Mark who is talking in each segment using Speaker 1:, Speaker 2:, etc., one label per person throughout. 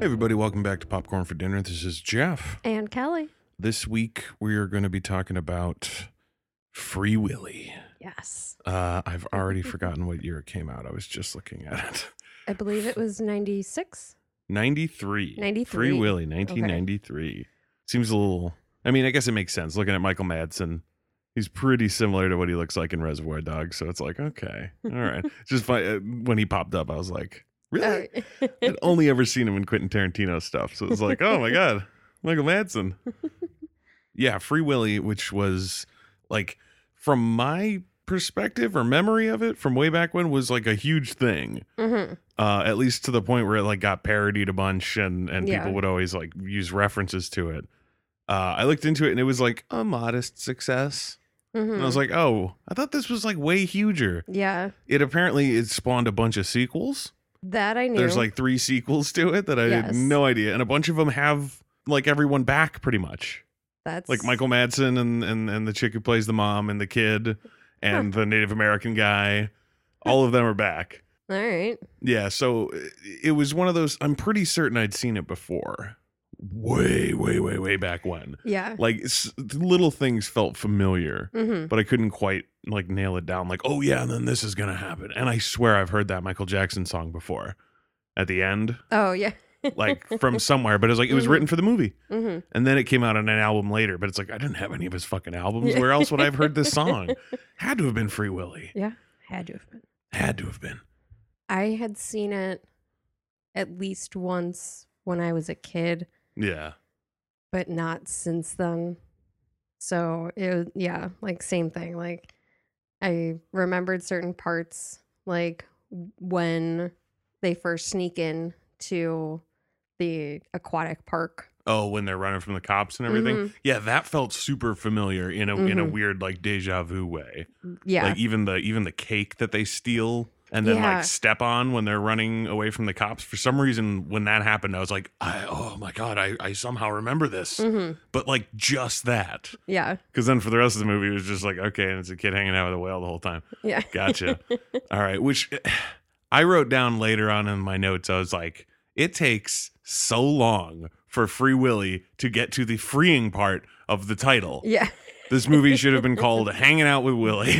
Speaker 1: everybody. Welcome back to Popcorn for Dinner. This is Jeff.
Speaker 2: And Kelly.
Speaker 1: This week, we are going to be talking about Free Willy.
Speaker 2: Yes.
Speaker 1: Uh, I've already forgotten what year it came out. I was just looking at it.
Speaker 2: I believe it was 96.
Speaker 1: 93.
Speaker 2: 93.
Speaker 1: Free Willy, 1993. Seems a little, I mean, I guess it makes sense looking at Michael Madsen. He's pretty similar to what he looks like in Reservoir Dogs. So it's like, okay, all right. It's just fun. uh, when he popped up, I was like,
Speaker 2: Oh,
Speaker 1: really? I'd only ever seen him in Quentin Tarantino stuff. So it was like, oh my God, Michael Madsen. yeah, Free Willy, which was like, from my perspective or memory of it from way back when, was like a huge thing.
Speaker 2: hmm
Speaker 1: Uh, at least to the point where it like got parodied a bunch and, and
Speaker 2: Yeah.
Speaker 1: people would always like use references to it. Uh, I looked into it and it was like a modest success.
Speaker 2: Mm-hmm.
Speaker 1: And I was like, oh, I thought this was like way huger.
Speaker 2: yeah.
Speaker 1: It apparently it spawned a bunch of sequels.
Speaker 2: That I knew.
Speaker 1: There's like three sequels to it that I
Speaker 2: Yes.
Speaker 1: had no idea, and a bunch of them have like everyone back pretty much,
Speaker 2: That's
Speaker 1: like Michael Madsen and and and the chick who plays the mom and the kid and the Native American guy. All of them are back.
Speaker 2: All right.
Speaker 1: Yeah, so it- it was one of those. I'm pretty certain I'd seen it before, way, way, way, way back when.
Speaker 2: Yeah.
Speaker 1: Like s- little things felt familiar,
Speaker 2: hmm
Speaker 1: but I couldn't quite like nail it down. Like, oh yeah, and then this is gonna happen. And I swear I've heard that Michael Jackson song before, at the end
Speaker 2: Oh, yeah.
Speaker 1: like from somewhere, but it was like it was
Speaker 2: Mhm.
Speaker 1: written for the movie,
Speaker 2: hmm
Speaker 1: and then it came out on an album later. But it's like I didn't have any of his fucking albums.
Speaker 2: Yeah.
Speaker 1: Where else would I have heard this song? Had to have been Free Willy.
Speaker 2: Had to have been.
Speaker 1: Had to have been.
Speaker 2: I had seen it at least once when I was a kid,
Speaker 1: Yeah,
Speaker 2: but not since then. So it was, yeah, like same thing. Like I remembered certain parts, like when they first sneak in to the aquatic park
Speaker 1: Oh, when they're running from the cops and everything.
Speaker 2: Mm-hmm.
Speaker 1: Yeah, that felt super familiar in a in a
Speaker 2: Mhm.
Speaker 1: weird like deja vu way.
Speaker 2: Yeah.
Speaker 1: Like even the even the cake that they steal and then
Speaker 2: Yeah.
Speaker 1: like step on when they're running away from the cops. For some reason, when that happened, I was like, I, oh my god, I I somehow remember this.
Speaker 2: hmm
Speaker 1: But like just that.
Speaker 2: Yeah.
Speaker 1: Because then for the rest of the movie, it was just like, okay, and it's a kid hanging out with a whale the whole time.
Speaker 2: Yeah.
Speaker 1: Gotcha. All right. Which I wrote down later on in my notes. I was like, it takes so long for Free Willy to get to the freeing part of the title.
Speaker 2: Yeah.
Speaker 1: This movie should have been called Hanging Out with Willy.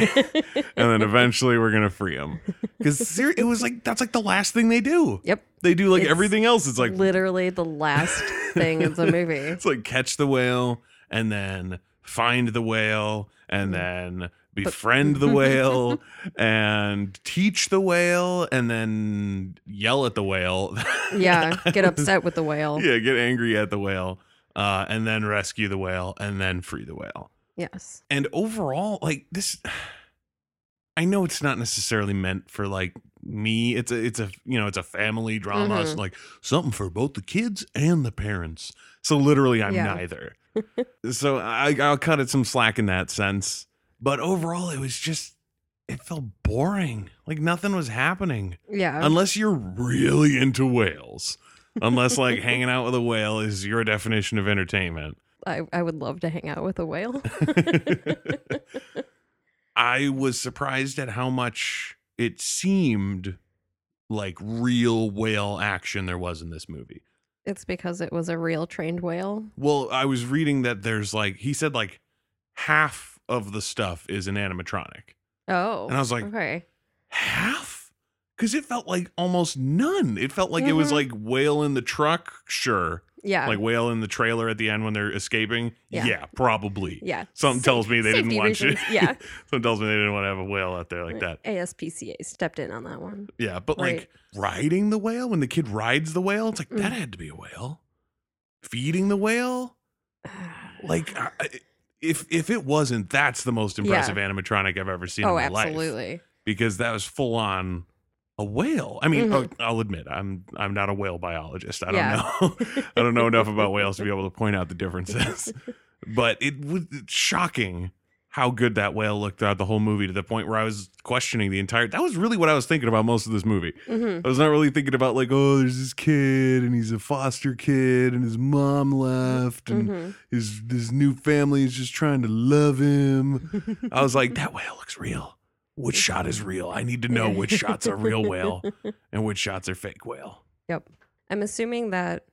Speaker 1: and then eventually we're going to free him. Because ser- it was like, that's like the last thing they do.
Speaker 2: Yep.
Speaker 1: They do like
Speaker 2: It's
Speaker 1: everything else. It's like,
Speaker 2: Literally the last thing in the movie.
Speaker 1: It's like catch the whale and then find the whale
Speaker 2: Mm.
Speaker 1: and then befriend the whale and teach the whale and then yell at the whale.
Speaker 2: Yeah. Get upset with the whale.
Speaker 1: yeah, get angry at the whale uh, and then rescue the whale and then free the whale.
Speaker 2: Yes.
Speaker 1: And overall, like this, I know it's not necessarily meant for like me. It's a, it's a, you know, it's a family drama. It's
Speaker 2: Mhm.
Speaker 1: like something for both the kids and the parents. So literally, I'm
Speaker 2: Yeah.
Speaker 1: neither. so I, I'll cut it some slack in that sense. But overall, it was just, it felt boring. Like nothing was happening
Speaker 2: Yeah.
Speaker 1: unless you're really into whales. Unless like hanging out with a whale is your definition of entertainment.
Speaker 2: I, I would love to hang out with a whale.
Speaker 1: I was surprised at how much it seemed like real whale action there was in this movie.
Speaker 2: it's because it was a real trained whale.
Speaker 1: Well, I was reading that there's like he said like half of the stuff is an animatronic.
Speaker 2: Oh.
Speaker 1: And I was like,
Speaker 2: okay.
Speaker 1: Half? Cuz it felt like almost none. It felt like it was
Speaker 2: Mhm.
Speaker 1: like whale in the truck, sure.
Speaker 2: Yeah.
Speaker 1: Like whale in the trailer at the end when they're escaping.
Speaker 2: Uh. Yeah.
Speaker 1: Yeah, probably.
Speaker 2: yeah.
Speaker 1: Something
Speaker 2: Sa-
Speaker 1: tells me they didn't
Speaker 2: safety
Speaker 1: want you.
Speaker 2: reasons. Yeah.
Speaker 1: Something tells me they didn't want to have a whale out there like that.
Speaker 2: ASPCA stepped in on that one.
Speaker 1: Yeah, but
Speaker 2: Right.
Speaker 1: like riding the whale when the kid rides the whale, it's like
Speaker 2: Mm.
Speaker 1: that had to be a whale. Feeding the whale, like I, I- if if it wasn't, that's the most impressive animatronic I've ever seen.
Speaker 2: oh,
Speaker 1: in my life.
Speaker 2: absolutely.
Speaker 1: because that was full on a whale. I mean, uh,
Speaker 2: Mhm.
Speaker 1: I'll, I'll admit I'm I'm not a whale biologist. I don't
Speaker 2: Yeah.
Speaker 1: know. I don't know enough about whales to be able to point out the differences. but it was it's shocking how good that whale looked throughout the whole movie to the point where I was questioning the entire. That was really what I was thinking about most of this movie.
Speaker 2: Mhm.
Speaker 1: I was not really thinking about like, oh, there's this kid and he's a foster kid and his mom left and
Speaker 2: Mhm.
Speaker 1: his this new family is just trying to love him. I was like, that whale looks real. Which shot is real? I need to know which shot's a real whale and which shot's are fake whale.
Speaker 2: I'm assuming that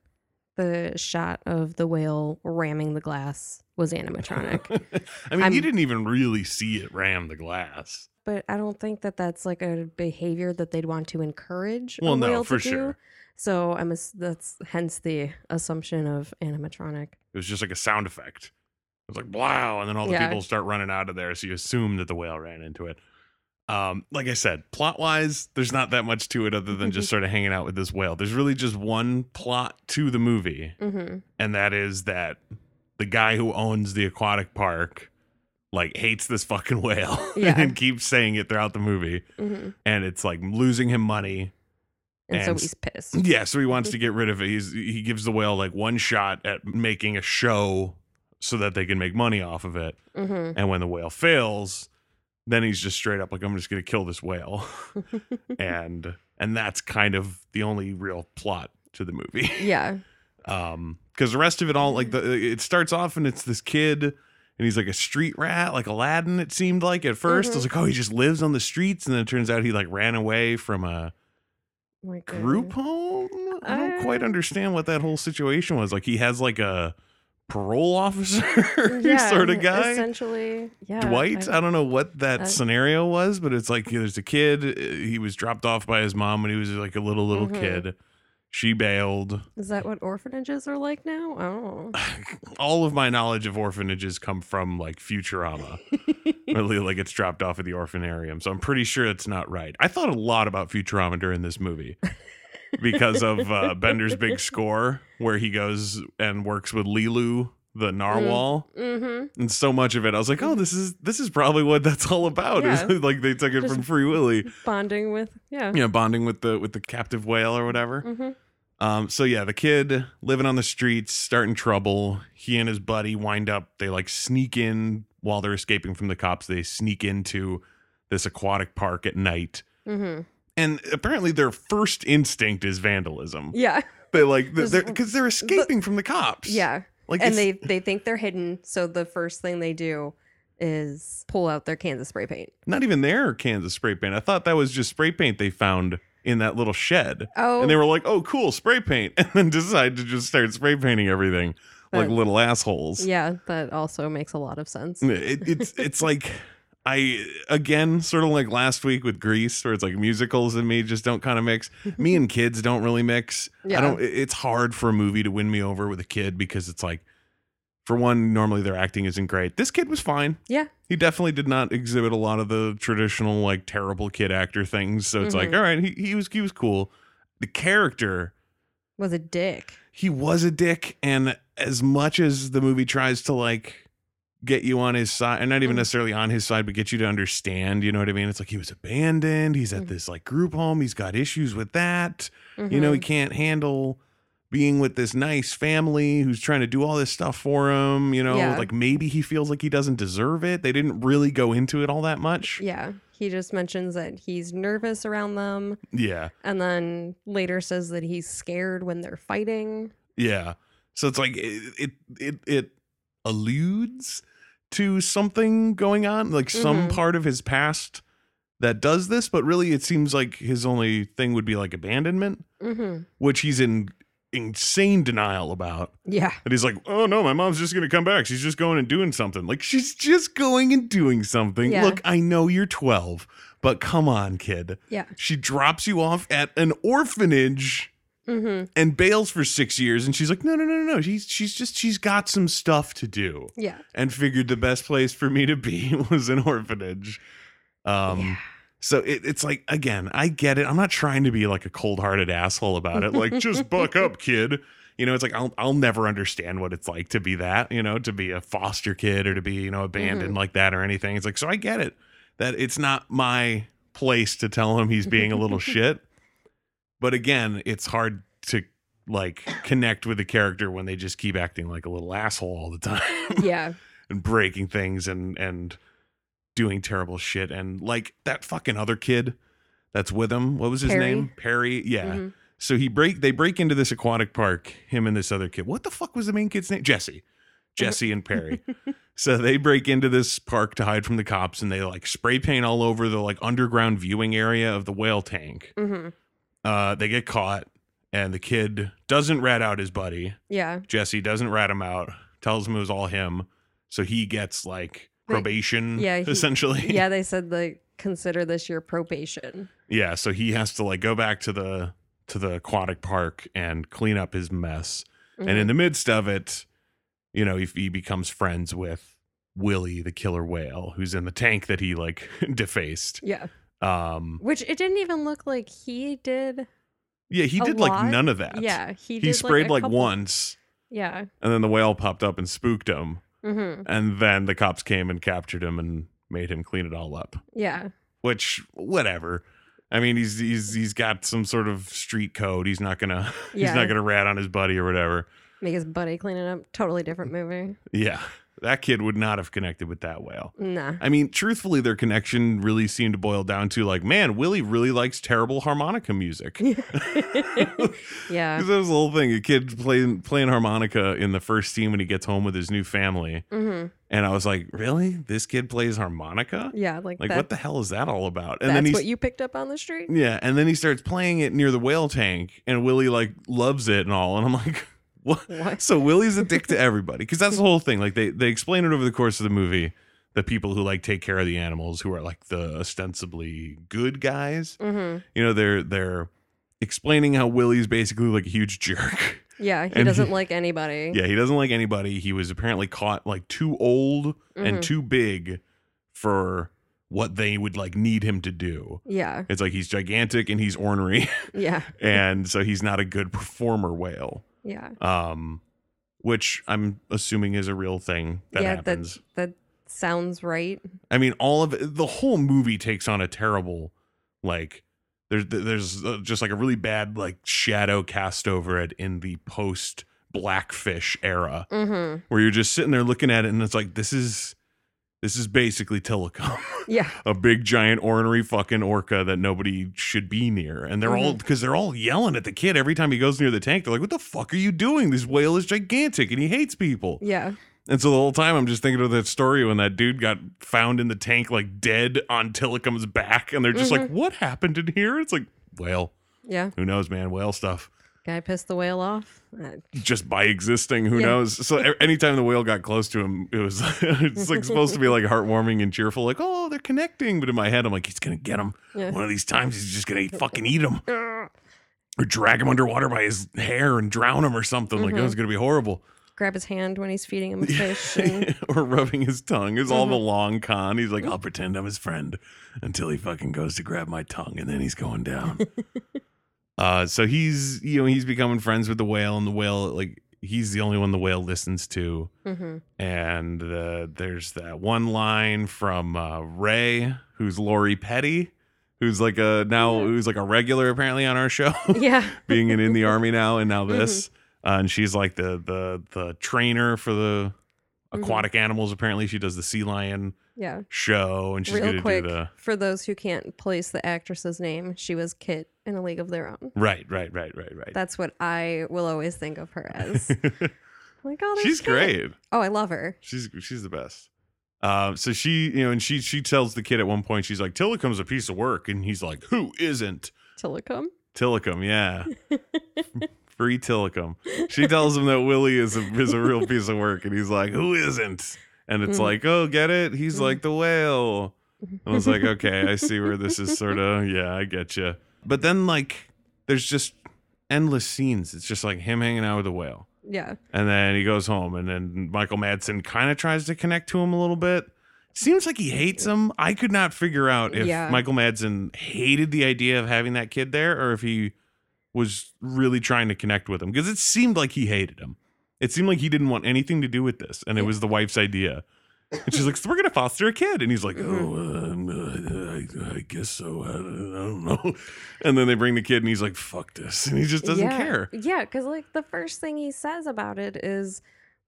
Speaker 2: the shot of the whale ramming the glass was animatronic.
Speaker 1: I mean,
Speaker 2: I'm-
Speaker 1: you didn't even really see it ram the glass.
Speaker 2: but I don't think that that's like a behavior that they'd want to encourage. a
Speaker 1: Well, no,
Speaker 2: whale to
Speaker 1: for
Speaker 2: do.
Speaker 1: sure.
Speaker 2: So I'm ass- that's hence the assumption of animatronic.
Speaker 1: It was just like a sound effect. It was like blow, and then all the
Speaker 2: Yeah.
Speaker 1: people start running out of there. So you assume that the whale ran into it. Um, like I said, plot wise, there's not that much to it other than just sort of hanging out with this whale. There's really just one plot to the movie,
Speaker 2: hmm
Speaker 1: and that is that the guy who owns the aquatic park like hates this fucking whale
Speaker 2: Yeah.
Speaker 1: and keeps saying it throughout the movie,
Speaker 2: hmm
Speaker 1: and it's like losing him money.
Speaker 2: And so
Speaker 1: And-
Speaker 2: he's pissed.
Speaker 1: Yeah, so he wants to get rid of it. He's, he gives the whale like one shot at making a show so that they can make money off of it.
Speaker 2: hmm
Speaker 1: And when the whale fails, then he's just straight up like, I'm just gonna kill this whale. and and that's kind of the only real plot to the movie.
Speaker 2: yeah.
Speaker 1: Um because the rest of it all like the it starts off and it's this kid and he's like a street rat, like Aladdin, it seemed like at 1st I was like, oh, he just lives on the streets, and then it turns out he like ran away from a
Speaker 2: Like a-
Speaker 1: group home i don't quite
Speaker 2: Uh,
Speaker 1: understand what that whole situation was like he has like a parole officer
Speaker 2: Yeah, e-,
Speaker 1: sort of guy
Speaker 2: Essentially. Yeah.
Speaker 1: dwight Uh,
Speaker 2: I- uh,
Speaker 1: I, don't know what that
Speaker 2: I-
Speaker 1: scenario was but it's like there's a kid uh, he was dropped off by his mom when he was like a little little
Speaker 2: Mhm.
Speaker 1: kid she bailed
Speaker 2: is that what orphanages are like now? Oh.
Speaker 1: all of my knowledge of orphanages come from like futurama really like it's dropped off at the orphanarium so i'm pretty sure it's not right i thought a lot about futurama during this movie because of uh, bender's big score where he goes and works with lilu the narwhal
Speaker 2: mm-hmm.
Speaker 1: and so much of it i was like oh this is this is probably what that's all about It's
Speaker 2: Yeah.
Speaker 1: like they took it
Speaker 2: Just-
Speaker 1: from free willy
Speaker 2: Bonding with. Yeah.
Speaker 1: you know bonding with the with the captive whale or whatever
Speaker 2: hmm
Speaker 1: um, so yeah, the kid living on the streets, starting trouble. He and his buddy wind up. They like sneak in while they're escaping from the cops. They sneak into this aquatic park at night,
Speaker 2: hmm
Speaker 1: and apparently their first instinct is vandalism.
Speaker 2: Yeah.
Speaker 1: They like
Speaker 2: This-
Speaker 1: they're because they're escaping from the cops.
Speaker 2: Yeah.
Speaker 1: like
Speaker 2: and
Speaker 1: it's-
Speaker 2: they they think they're hidden so the first thing they do is pull out their cans of spray paint
Speaker 1: not even their cans of spray paint. I thought that was just spray paint they found in that little shed.
Speaker 2: oh
Speaker 1: And they were like, "Oh, cool, spray paint," and then decide to just start spray painting everything like
Speaker 2: But-
Speaker 1: little assholes.
Speaker 2: yeah that also makes a lot of sense
Speaker 1: It, it's it's like I again sort of like last week with Grease, where it's like musicals and me just don't kind of mix. Me and kids don't really mix. I
Speaker 2: Yeah.
Speaker 1: don't. it- It's hard for a movie to win me over with a kid because it's like, for one, normally their acting isn't great. This kid was fine.
Speaker 2: Yeah.
Speaker 1: He definitely did not exhibit a lot of the traditional like terrible kid actor things. So it's
Speaker 2: Mm-hmm.
Speaker 1: like, all right, he, he was he was cool. The character
Speaker 2: was a dick
Speaker 1: he was a dick and as much as the movie tries to like get you on his side and not even
Speaker 2: Mhm.
Speaker 1: necessarily on his side but get you to understand you know what i mean it's like he was abandoned he's at
Speaker 2: Mhm.
Speaker 1: this like group home he's got issues with that you know he
Speaker 2: Mhm.
Speaker 1: can't handle being with this nice family who's trying to do all this stuff for him you know
Speaker 2: Yeah.
Speaker 1: like maybe he feels like he doesn't deserve it they didn't really go into it all that much
Speaker 2: yeah he just mentions that he's nervous around them
Speaker 1: yeah
Speaker 2: and then later says that he's scared when they're fighting
Speaker 1: Yeah. So it's like it it it, it alludes to something going on, like some
Speaker 2: Mhm.
Speaker 1: part of his past that does this, but really it seems like his only thing would be like abandonment,
Speaker 2: hmm
Speaker 1: which he's in insane denial about.
Speaker 2: yeah
Speaker 1: And he's like, "Oh no, my mom's just going to come back. She's just going and doing something." Like she's just going and doing something.
Speaker 2: Yeah.
Speaker 1: Look, I know you're 12, but come on, kid.
Speaker 2: yeah
Speaker 1: She drops you off at an orphanage
Speaker 2: hmm
Speaker 1: and bails for six years and she's like no no no no no she's she's just she's got some stuff to do
Speaker 2: yeah
Speaker 1: and figured the best place for me to be was an orphanage um
Speaker 2: Yeah.
Speaker 1: so it, it's like again i get it i'm not trying to be like a cold-hearted asshole about it like just buck up kid you know it's like I'll, I'll never understand what it's like to be that you know to be a foster kid or to be you know abandoned like that or anything it's like so i get it that it's not my place to tell him he's being a little shit but again it's hard to like connect with the character when they just keep acting like a little asshole all the time
Speaker 2: yeah
Speaker 1: and breaking things and and doing terrible shit and like that fucking other kid that's with him what was his
Speaker 2: Perry.
Speaker 1: name perry yeah
Speaker 2: Mhm.
Speaker 1: so he break they break into this aquatic park him and this other kid what the fuck was the main kid's name jesse jesse and perry so they break into this park to hide from the cops and they like spray paint all over the like underground viewing area of the whale tank
Speaker 2: Mhm.
Speaker 1: uh, they get caught and the kid doesn't rat out his buddy.
Speaker 2: Yeah.
Speaker 1: Jesse doesn't rat him out, tells him it was all him. So he gets like
Speaker 2: Like,
Speaker 1: probation,
Speaker 2: yeah, he-
Speaker 1: essentially.
Speaker 2: Yeah, they said like consider this your probation.
Speaker 1: Yeah, so he has to like go back to the to the aquatic park and clean up his mess.
Speaker 2: Mm-hmm.
Speaker 1: And in the midst of it, you know, he, he becomes friends with Willie the killer whale, who's in the tank that he like defaced.
Speaker 2: yeah.
Speaker 1: Um
Speaker 2: Which it didn't even look like he did.
Speaker 1: yeah, he
Speaker 2: A
Speaker 1: did
Speaker 2: lot?
Speaker 1: like none of that.
Speaker 2: Yeah. He
Speaker 1: He,
Speaker 2: did,
Speaker 1: sprayed
Speaker 2: a
Speaker 1: like,
Speaker 2: couple-
Speaker 1: once
Speaker 2: Yeah.
Speaker 1: and then the whale popped up and spooked him.
Speaker 2: hmm
Speaker 1: And then the cops came and captured him and made him clean it all up.
Speaker 2: Yeah.
Speaker 1: Which whatever. I mean, he's he's he's got some sort of street code. He's not gonna he's
Speaker 2: Yeah.
Speaker 1: not gonna rat on his buddy or whatever.
Speaker 2: Make his buddy clean it up. Totally different movie.
Speaker 1: Yeah. That kid would not have connected with that whale.
Speaker 2: Nah.
Speaker 1: I mean, truthfully, their connection really seemed to boil down to like, man, Willie really likes terrible harmonica music.
Speaker 2: yeah.
Speaker 1: Because there was a little thing, a kid playing playing harmonica in the first scene when he gets home with his new family,
Speaker 2: hmm
Speaker 1: and I was like, really? This kid plays harmonica?
Speaker 2: Yeah. Like,
Speaker 1: Like,
Speaker 2: that.
Speaker 1: what the hell is that all about? And
Speaker 2: that's
Speaker 1: then he's
Speaker 2: what you picked up on the street.
Speaker 1: yeah, and then he starts playing it near the whale tank, and Willie like loves it and all, and I'm like, what?
Speaker 2: What?
Speaker 1: So Willie's a dick to everybody because that's the whole thing. Like they they explain it over the course of the movie. The people who like take care of the animals, who are like the ostensibly good guys,
Speaker 2: hmm
Speaker 1: you know, they're they're explaining how Willie's basically like a huge jerk.
Speaker 2: Yeah. He
Speaker 1: And-
Speaker 2: doesn't like anybody.
Speaker 1: yeah, he doesn't like anybody. He was apparently caught like too old and
Speaker 2: Mhm.
Speaker 1: too big for what they would like need him to do.
Speaker 2: Yeah.
Speaker 1: It's like he's gigantic and he's ornery,
Speaker 2: Yeah.
Speaker 1: and so he's not a good performer whale
Speaker 2: Yeah.
Speaker 1: um, which I'm assuming is a real thing that
Speaker 2: yeah.
Speaker 1: happens.
Speaker 2: That, that sounds right.
Speaker 1: I mean, all of it, the whole movie takes on a terrible, like, there's there's uh, just like a really bad like shadow cast over it in the post Blackfish era,
Speaker 2: hmm
Speaker 1: where you're just sitting there looking at it and it's like this is this is basically telecom.
Speaker 2: Yeah.
Speaker 1: A big giant ornery fucking orca that nobody should be near. And they're all because they're all yelling at the kid every time he goes near the tank. They're like, What the fuck are you doing? This whale is gigantic and he hates people.
Speaker 2: Yeah.
Speaker 1: And so the whole time I'm just thinking of that story when that dude got found in the tank like dead on Tillicum's back, and they're just like, What happened in here? It's like, whale.
Speaker 2: Yeah.
Speaker 1: Who knows, man? Whale stuff.
Speaker 2: Guy pissed the whale off. Uh,
Speaker 1: Just by existing, who
Speaker 2: Yeah.
Speaker 1: knows? So e- anytime the whale got close to him, it was it's like supposed to be like heartwarming and cheerful, like, oh, they're connecting. But in my head, I'm like, he's gonna get him.
Speaker 2: Yeah.
Speaker 1: One of these times he's just gonna fucking eat him
Speaker 2: Grab
Speaker 1: or drag him underwater by his hair and drown him or something.
Speaker 2: Mm-hmm.
Speaker 1: Like, it was gonna be horrible.
Speaker 2: his hand when he's feeding him a fish. And,
Speaker 1: or rubbing his tongue is all the
Speaker 2: Mm-hmm.
Speaker 1: long con. He's like, I'll pretend I'm his friend until he fucking goes to grab my tongue and then he's going down. uh, so he's, you know, he's becoming friends with the whale and the whale, like, he's the only one the whale listens to.
Speaker 2: Mhm.
Speaker 1: And uh, there's that one line from uh, Ray, who's Lori Petty, who's like a now, who's like a regular apparently on our show
Speaker 2: Yeah.
Speaker 1: being in, in the army now and now this
Speaker 2: Mm-hmm.
Speaker 1: uh, and she's like the the the trainer for the
Speaker 2: Mhm.
Speaker 1: aquatic animals apparently she does the sea lion
Speaker 2: Yeah.
Speaker 1: show and she's
Speaker 2: Real
Speaker 1: gonna
Speaker 2: quick,
Speaker 1: do the
Speaker 2: for those who can't place the actress's name, she was Kit in A League of Their Own.
Speaker 1: right right right right right
Speaker 2: That's what I will always think of her as. like, oh, there's
Speaker 1: she's
Speaker 2: Kit.
Speaker 1: great
Speaker 2: Oh, I love her.
Speaker 1: she's she's the best uh, so she you know and she she tells the kid at one point she's like tillicum's a piece of work and he's like who isn't
Speaker 2: Tillicum.
Speaker 1: tillicum yeah free tillicum she tells him that willie is a, is a real piece of work and he's like who isn't and it's
Speaker 2: Mhm.
Speaker 1: like oh get it he's like the whale I was like, okay, I see where this is sort of, yeah, I get you. But then, like, there's just endless scenes. It's just like him hanging out with the whale.
Speaker 2: yeah.
Speaker 1: And then he goes home, and then Michael Madsen kind of tries to connect to him a little bit. Seems like he hates him. I could not figure out if
Speaker 2: Yeah.
Speaker 1: Michael Madsen hated the idea of having that kid there or if he was really trying to connect with him because it seemed like he hated him. It seemed like he didn't want anything to do with this, and it was the wife's idea. And she's like, so "We're gonna foster a kid," and he's like,
Speaker 2: Mm-hmm.
Speaker 1: "Oh, um, uh, I, I guess so. I don't, I don't know." And then they bring the kid, and he's like, "Fuck this," and he just doesn't
Speaker 2: yeah.
Speaker 1: care.
Speaker 2: Yeah, because like the first thing he says about it is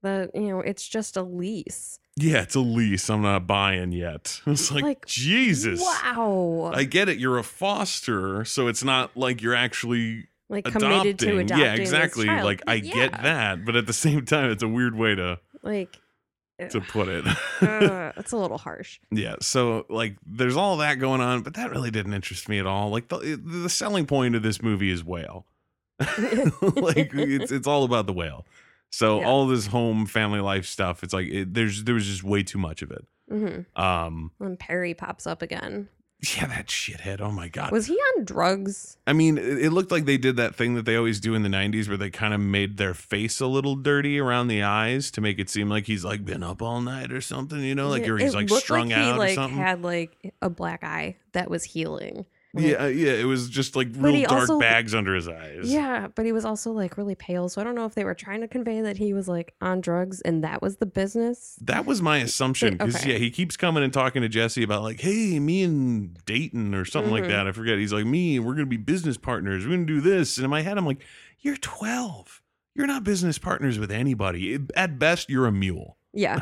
Speaker 2: that you know it's just a lease.
Speaker 1: yeah, it's a lease. I'm not buying yet. It's like,
Speaker 2: Like,
Speaker 1: Jesus.
Speaker 2: Wow.
Speaker 1: I get it. You're a foster, so it's not like you're actually
Speaker 2: like
Speaker 1: adopting.
Speaker 2: committed to adopting.
Speaker 1: yeah,
Speaker 2: this
Speaker 1: exactly.
Speaker 2: child.
Speaker 1: Like I get
Speaker 2: Yeah.
Speaker 1: that, but at the same time, it's a weird way to
Speaker 2: Like
Speaker 1: to put it.
Speaker 2: uh, it's a little harsh.
Speaker 1: yeah. So like, there's all that going on, but that really didn't interest me at all. Like the the selling point of this movie is whale. like it's it's all about the whale. So
Speaker 2: Yeah.
Speaker 1: all this home family life stuff, it's like it, there's there was just way too much of it.
Speaker 2: hmm
Speaker 1: Um,
Speaker 2: When Perry pops up again,
Speaker 1: yeah, that shithead. Oh my god.
Speaker 2: was he on drugs?
Speaker 1: I mean, it it looked like they did that thing that they always do in the '90s, where they kind of made their face a little dirty around the eyes to make it seem like he's like been up all night or something. You know, like or he's
Speaker 2: It
Speaker 1: like
Speaker 2: looked
Speaker 1: strung
Speaker 2: like
Speaker 1: out
Speaker 2: he, like,
Speaker 1: or something.
Speaker 2: Had like a black eye that was healing. Like,
Speaker 1: yeah, uh, yeah. It was just like
Speaker 2: But
Speaker 1: real
Speaker 2: he
Speaker 1: dark
Speaker 2: also-
Speaker 1: bags under his eyes.
Speaker 2: Yeah, but he was also like really pale, so I don't know if they were trying to convey that he was like on drugs and that was the business.
Speaker 1: That was my assumption because
Speaker 2: okay.
Speaker 1: yeah, he keeps coming and talking to Jesse about like, hey, me and Dayton or something
Speaker 2: Mhm.
Speaker 1: like that. I forget. He's like, me, we're gonna be business partners. We're gonna do this. And in my head, I'm like, you're 12. You're not business partners with anybody. At best, you're a mule.
Speaker 2: Yeah,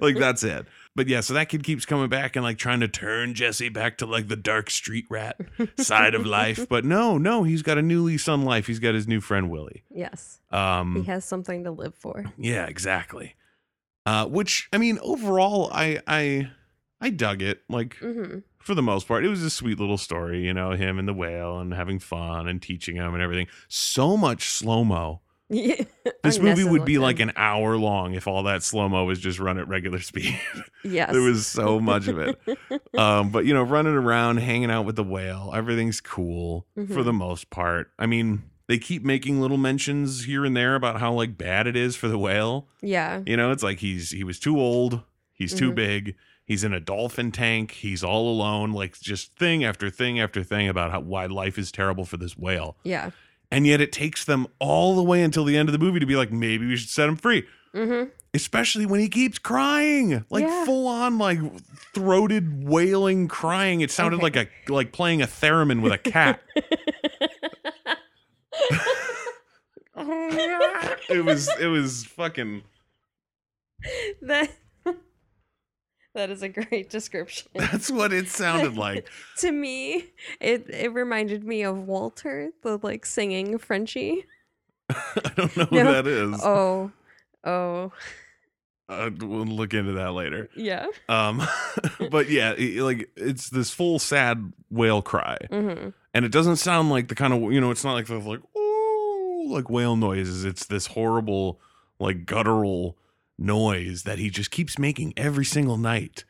Speaker 1: like that's it. But yeah, so that kid keeps coming back and like trying to turn Jesse back to like the dark street rat side of life. But no, no, he's got a new lease on life. He's got his new friend Willie.
Speaker 2: yes,
Speaker 1: Um,
Speaker 2: he has something to live for.
Speaker 1: yeah, exactly. Uh, which I mean, overall, I I I dug it. Like
Speaker 2: hmm
Speaker 1: for the most part, it was a sweet little story. You know, him and the whale and having fun and teaching him and everything. So much slow mo.
Speaker 2: Oh,
Speaker 1: This movie would be like an hour long if all that slow mo was just run at regular speed.
Speaker 2: yes.
Speaker 1: there was so much of it. Um, but you know, running around, hanging out with the whale, everything's cool for
Speaker 2: Mhm.
Speaker 1: the most part. I mean, they keep making little mentions here and there about how like bad it is for the whale.
Speaker 2: yeah.
Speaker 1: You know, it's like he's he was too old, he's too
Speaker 2: Mhm.
Speaker 1: big, he's in a dolphin tank, he's all alone, like just thing after thing after thing about how why life is terrible for this whale.
Speaker 2: Yeah.
Speaker 1: And yet it takes them all the way until the end of the movie to be like, maybe we should set him free.
Speaker 2: hmm
Speaker 1: Especially when he keeps crying. Like
Speaker 2: Yeah.
Speaker 1: full on like throated wailing crying. It sounded
Speaker 2: Okay.
Speaker 1: like a like playing a theremin with a cat. Oh, it was it was fucking
Speaker 2: that that is a great description.
Speaker 1: that's what it sounded like.
Speaker 2: to me, it it reminded me of Walter, the like singing Frenchie.
Speaker 1: I don't know who
Speaker 2: No.
Speaker 1: that is.
Speaker 2: Oh, oh,
Speaker 1: Uh, we'll look into that later.
Speaker 2: yeah.
Speaker 1: Um, but yeah, it- like it's this full sad whale cry,
Speaker 2: hmm
Speaker 1: and it doesn't sound like the kind of you know, it's not like the like ooh like whale noises. It's this horrible like guttural noise that he just keeps making every single night.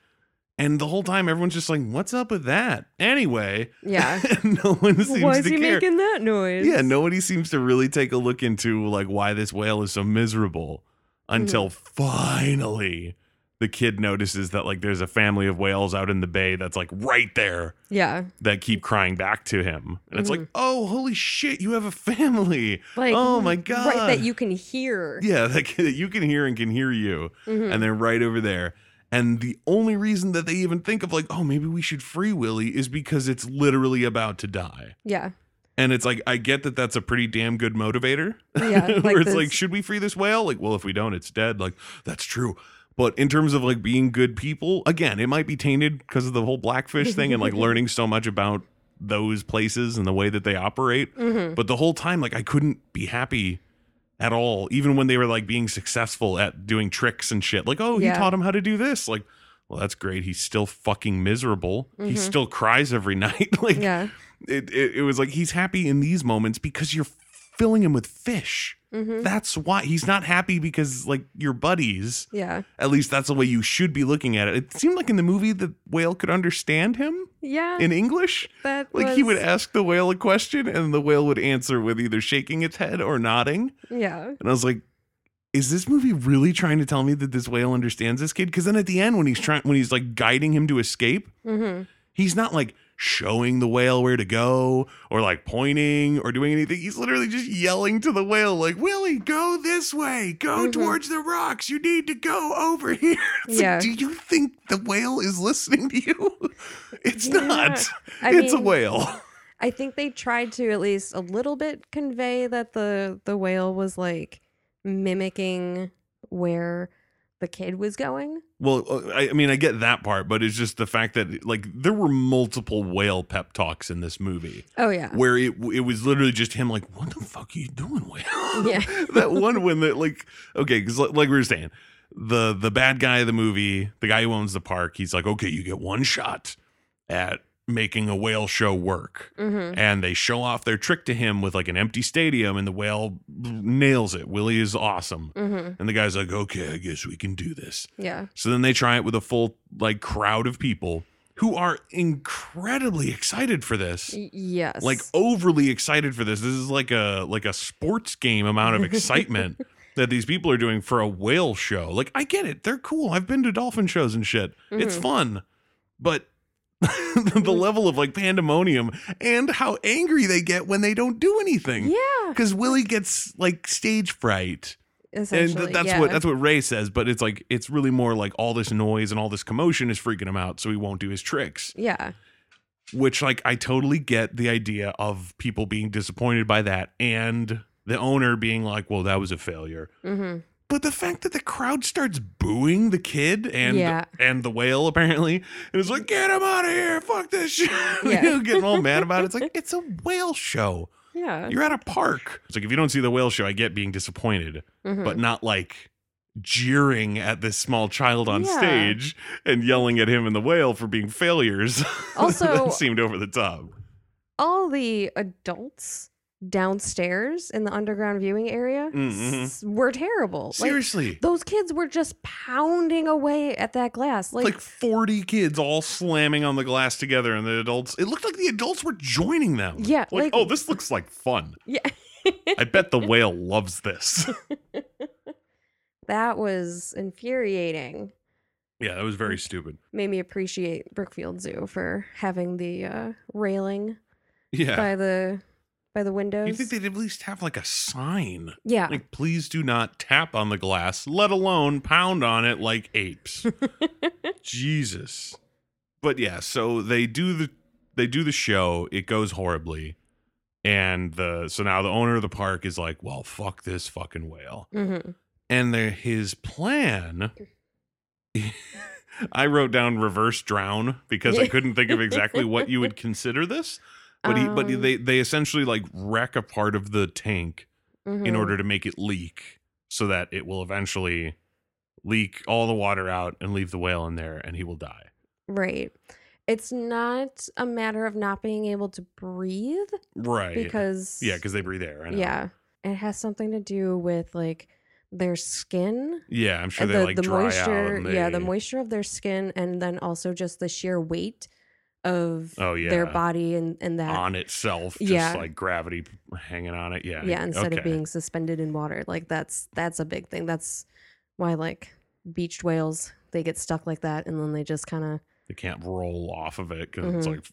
Speaker 1: And the whole time, everyone's just like, "What's up with that?" Anyway,
Speaker 2: Yeah.
Speaker 1: no one seems
Speaker 2: Why is
Speaker 1: to
Speaker 2: he
Speaker 1: care.
Speaker 2: making that noise?
Speaker 1: Yeah, nobody seems to really take a look into like why this whale is so miserable until finally the kid notices that like there's a family of whales out in the bay that's like right there
Speaker 2: Yeah.
Speaker 1: that keep crying back to him. And it's like, "Oh, holy shit, you have a family."
Speaker 2: Like
Speaker 1: Oh my
Speaker 2: Right that
Speaker 1: God.
Speaker 2: you can hear.
Speaker 1: Yeah, that kid that you can hear and can hear you
Speaker 2: Mhm.
Speaker 1: and they're right over there. And the only reason that they even think of like, "Oh, maybe we should free Willie" is because it's literally about to die.
Speaker 2: Yeah.
Speaker 1: And it's like I get that that's a pretty damn good motivator.
Speaker 2: Yeah.
Speaker 1: where it's
Speaker 2: Uh, this-
Speaker 1: like, should we free this whale? Like, well, if we don't, it's dead. Like, that's true. But in terms of like being good people, again, it might be tainted because of the whole blackfish thing and like learning so much about those places and the way that they operate.
Speaker 2: Mhm.
Speaker 1: But the whole time, like, I couldn't be happy at all, even when they were like being successful at doing tricks and shit. Like, oh,
Speaker 2: Yeah.
Speaker 1: he taught him how to do this. Like, well, that's great. He's still fucking miserable. He
Speaker 2: Mhm.
Speaker 1: still cries every night. like,
Speaker 2: Yeah.
Speaker 1: it, it, it was like he's happy in these moments because you're filling him with fish.
Speaker 2: hmm
Speaker 1: That's why he's not happy because like your buddies.
Speaker 2: Yeah.
Speaker 1: At least that's the way you should be looking at it. It seemed like in the movie the whale could understand him
Speaker 2: Yeah.
Speaker 1: in English.
Speaker 2: that
Speaker 1: Like he would
Speaker 2: was-
Speaker 1: ask the whale a question and the whale would answer with either shaking its head or nodding.
Speaker 2: Yeah.
Speaker 1: And I was like, is this movie really trying to tell me that this whale understands this kid? Cuz then at the end when he's trying when he's like guiding him to escape,
Speaker 2: hmm
Speaker 1: He's not like showing the whale where to go or like pointing or doing anything. He's literally just yelling to the whale, like, Willie, go this way. Go
Speaker 2: Mhm.
Speaker 1: towards the rocks. You need to go over here. It's like,
Speaker 2: Yeah.
Speaker 1: do you think the whale is listening to you? It's
Speaker 2: Yeah.
Speaker 1: not.
Speaker 2: I
Speaker 1: it's a
Speaker 2: mean,
Speaker 1: whale.
Speaker 2: I think they tried to at least a little bit convey that the the whale was like mimicking where the kid was going.
Speaker 1: Well, uh, I, I mean, I get that part, but it's just the fact that like there were multiple whale pep talks in this movie.
Speaker 2: Oh yeah.
Speaker 1: where it it was literally just him like what the fuck are you doing whale
Speaker 2: Yeah.
Speaker 1: that one when the like okay because like, like we were saying the the bad guy of the movie the guy who owns the park he's like okay you get one shot at making a whale show work.
Speaker 2: Mm-hmm.
Speaker 1: And they show off their trick to him with like an empty stadium, and the whale nails it. Willie is awesome.
Speaker 2: Mm-hmm.
Speaker 1: And the guy's like, okay, I guess we can do this.
Speaker 2: Yeah.
Speaker 1: So then they try it with a full like crowd of people who are incredibly excited for this.
Speaker 2: Y- yes.
Speaker 1: Like overly excited for this. This is like a like a sports game amount of excitement that these people are doing for a whale show. Like I get it. They're cool. I've been to dolphin shows and shit. It's
Speaker 2: Mhm.
Speaker 1: fun. But
Speaker 2: Mm-hmm.
Speaker 1: the level of like pandemonium and how angry they get when they don't do anything.
Speaker 2: Yeah.
Speaker 1: Cuz Willie gets like stage fright and
Speaker 2: Essentially.
Speaker 1: th- that's
Speaker 2: yeah.
Speaker 1: what that's what Ray says. But it's like it's really more like all this noise and all this commotion is freaking him out, so he won't do his tricks.
Speaker 2: Yeah.
Speaker 1: Which like I totally get the idea of people being disappointed by that, and the owner being like, "Well, that was a failure."
Speaker 2: Mm-hmm.
Speaker 1: But the fact that the crowd starts booing the kid and
Speaker 2: Yeah.
Speaker 1: and the whale apparently, and it's like, "Get him out of here! Fuck this shit!" you
Speaker 2: Yeah.
Speaker 1: know, getting all mad about it. It's like it's a whale show.
Speaker 2: Yeah.
Speaker 1: You're at a park. It's like if you don't see the whale show, I get being disappointed
Speaker 2: Mhm.
Speaker 1: but not like jeering at this small child on
Speaker 2: Yeah.
Speaker 1: stage and yelling at him and the whale for being failures.
Speaker 2: Also-
Speaker 1: that seemed over the top.
Speaker 2: all the adults downstairs in the underground viewing area
Speaker 1: Mhm.
Speaker 2: s- were terrible. Like,
Speaker 1: Seriously.
Speaker 2: those kids were just pounding away at that glass.
Speaker 1: like,
Speaker 2: Like,
Speaker 1: 40 kids all slamming on the glass together and the adults it looked like the adults were joining them
Speaker 2: Yeah,
Speaker 1: like,
Speaker 2: like-
Speaker 1: oh this looks like fun
Speaker 2: yeah,
Speaker 1: i bet the whale loves this
Speaker 2: that was infuriating.
Speaker 1: yeah that was very stupid
Speaker 2: Made me appreciate Brookfield Zoo for having the uh, railing
Speaker 1: yeah
Speaker 2: by the by the windows.
Speaker 1: you think they'd at least have like a sign
Speaker 2: yeah,
Speaker 1: like please do not tap on the glass let alone pound on it like apes jesus but yeah so they do the they do the show it goes horribly and the so now the owner of the park is like well fuck this fucking whale
Speaker 2: Mhm.
Speaker 1: and the, his plan i wrote down reverse drown because i couldn't think of exactly what you would consider this but he but
Speaker 2: Um,
Speaker 1: they they essentially like wreck a part of the tank in
Speaker 2: mhm.
Speaker 1: order to make it leak so that it will eventually leak all the water out and leave the whale in there and he will die.
Speaker 2: right. It's not a matter of not being able to breathe
Speaker 1: Right.
Speaker 2: because
Speaker 1: yeah, because they breathe air. I know.
Speaker 2: Yeah. It has something to do with like their skin.
Speaker 1: Yeah, I'm sure
Speaker 2: and
Speaker 1: they like dry out. and
Speaker 2: yeah,
Speaker 1: they-
Speaker 2: the Uh, moisture of their skin and then also just the sheer weight of
Speaker 1: Oh, yeah.
Speaker 2: their body and, and that
Speaker 1: on itself, just
Speaker 2: Yeah.
Speaker 1: like gravity hanging on it. Yeah.
Speaker 2: yeah, instead of
Speaker 1: okay.
Speaker 2: being suspended in water. Like that's that's a big thing. That's why like beached whales, they get stuck like that and then they just kinda
Speaker 1: they can't roll off of it because it's
Speaker 2: Mhm.
Speaker 1: like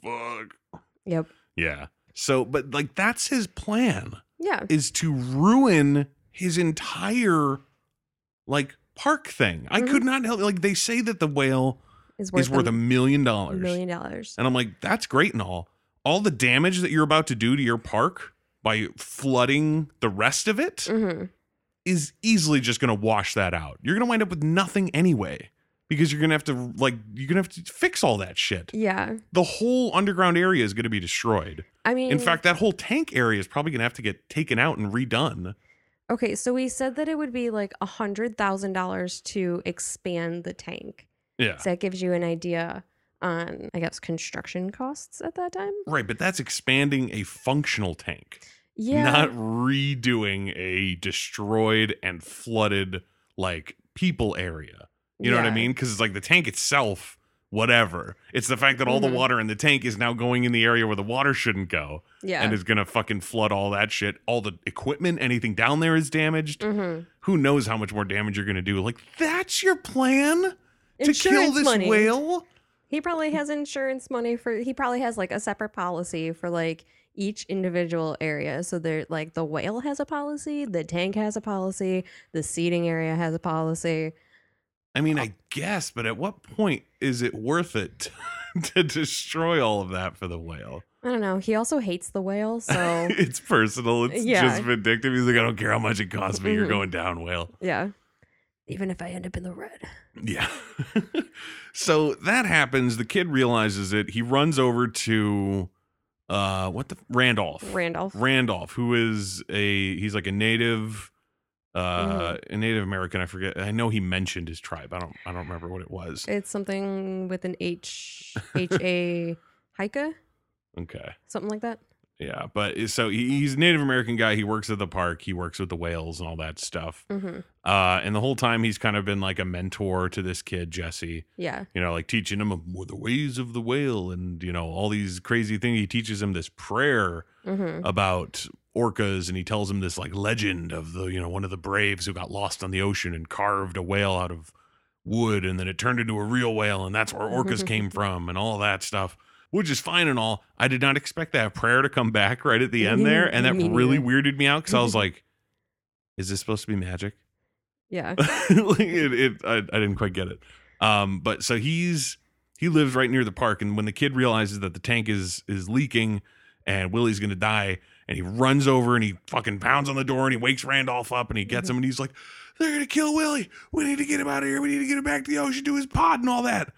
Speaker 1: fuck.
Speaker 2: Yep.
Speaker 1: Yeah. So, but like that's his plan.
Speaker 2: Yeah.
Speaker 1: is to ruin his entire like park thing. I
Speaker 2: Mm-hmm.
Speaker 1: could not help like they say that the whale
Speaker 2: Is worth,
Speaker 1: is worth a million dollars.
Speaker 2: million dollars.
Speaker 1: And I'm like, that's great and all. All the damage that you're about to do to your park by flooding the rest of it is
Speaker 2: Mm-hmm.
Speaker 1: easily just gonna wash that out. You're gonna wind up with nothing anyway. Because you're gonna have to like you're gonna have to fix all that shit.
Speaker 2: Yeah.
Speaker 1: The whole underground area is gonna be destroyed.
Speaker 2: I mean
Speaker 1: In fact, that whole tank area is probably gonna have to get taken out and redone.
Speaker 2: Okay, so we said that it would be like a hundred thousand dollars to expand the tank.
Speaker 1: Yeah.
Speaker 2: So that gives you an idea on, I guess, construction costs at that time.
Speaker 1: Right, but that's expanding a functional tank,
Speaker 2: Yeah,
Speaker 1: not redoing a destroyed and flooded like people area. You know what I
Speaker 2: yeah.
Speaker 1: mean? Because it's like the tank itself, whatever. It's the fact that all
Speaker 2: Mhm.
Speaker 1: the water in the tank is now going in the area where the water shouldn't go,
Speaker 2: Yeah,
Speaker 1: and is gonna fucking flood all that shit. All the equipment, anything down there is damaged.
Speaker 2: mm-hmm.
Speaker 1: Who knows how much more damage you're gonna do? Like that's your plan to kill this
Speaker 2: money.
Speaker 1: whale.
Speaker 2: He probably has insurance money for. He probably has like a separate policy for like each individual area. So they're like the whale has a policy, the tank has a policy, the seating area has a policy.
Speaker 1: I
Speaker 2: Oh.
Speaker 1: mean, I guess, but at what point is it worth it to destroy all of that for the whale?
Speaker 2: I don't know. He also hates the whale, so
Speaker 1: It's personal. It's
Speaker 2: Yeah.
Speaker 1: just vindictive. He's like, I don't care how much it costs me. You're
Speaker 2: Mhm.
Speaker 1: going down, whale.
Speaker 2: yeah. Even if I end up in the red.
Speaker 1: Yeah. so that happens. The kid realizes it. He runs over to uh what the Randolph.
Speaker 2: Randolph.
Speaker 1: Randolph, who is a he's like a native uh a Native American. I forget. I know he mentioned his tribe. I don't I don't remember what it was.
Speaker 2: It's something with an H H A Hika,
Speaker 1: Okay.
Speaker 2: something like that.
Speaker 1: Yeah, but eh, so he- he's a Native American guy. He works at the park. He works with the whales and all that stuff.
Speaker 2: hmm
Speaker 1: Uh, and the whole time he's kind of been like a mentor to this kid Jesse.
Speaker 2: Yeah,
Speaker 1: You know, like teaching him more the ways of the whale and you know all these crazy things. He teaches him this prayer
Speaker 2: hmm
Speaker 1: about orcas and he tells him this like legend of the you know one of the braves who got lost on the ocean and carved a whale out of wood and then it turned into a real whale and that's where orcas came from and all that stuff which is fine and all i did not expect that prayer to come back right at the end there and that
Speaker 2: Me
Speaker 1: really
Speaker 2: neither.
Speaker 1: weirded me out because i was like is this supposed to be magic
Speaker 2: yeah.
Speaker 1: like it, it I, I didn't quite get it um but so he's he lives right near the park and when the kid realizes that the tank is is leaking and willie's gonna die and he runs over and he fucking pounds on the door and he wakes randolph up and he
Speaker 2: Mm-hmm.
Speaker 1: gets him and he's like they're gonna kill willie we need to get him out of here we need to get him back to the ocean to his pod and all that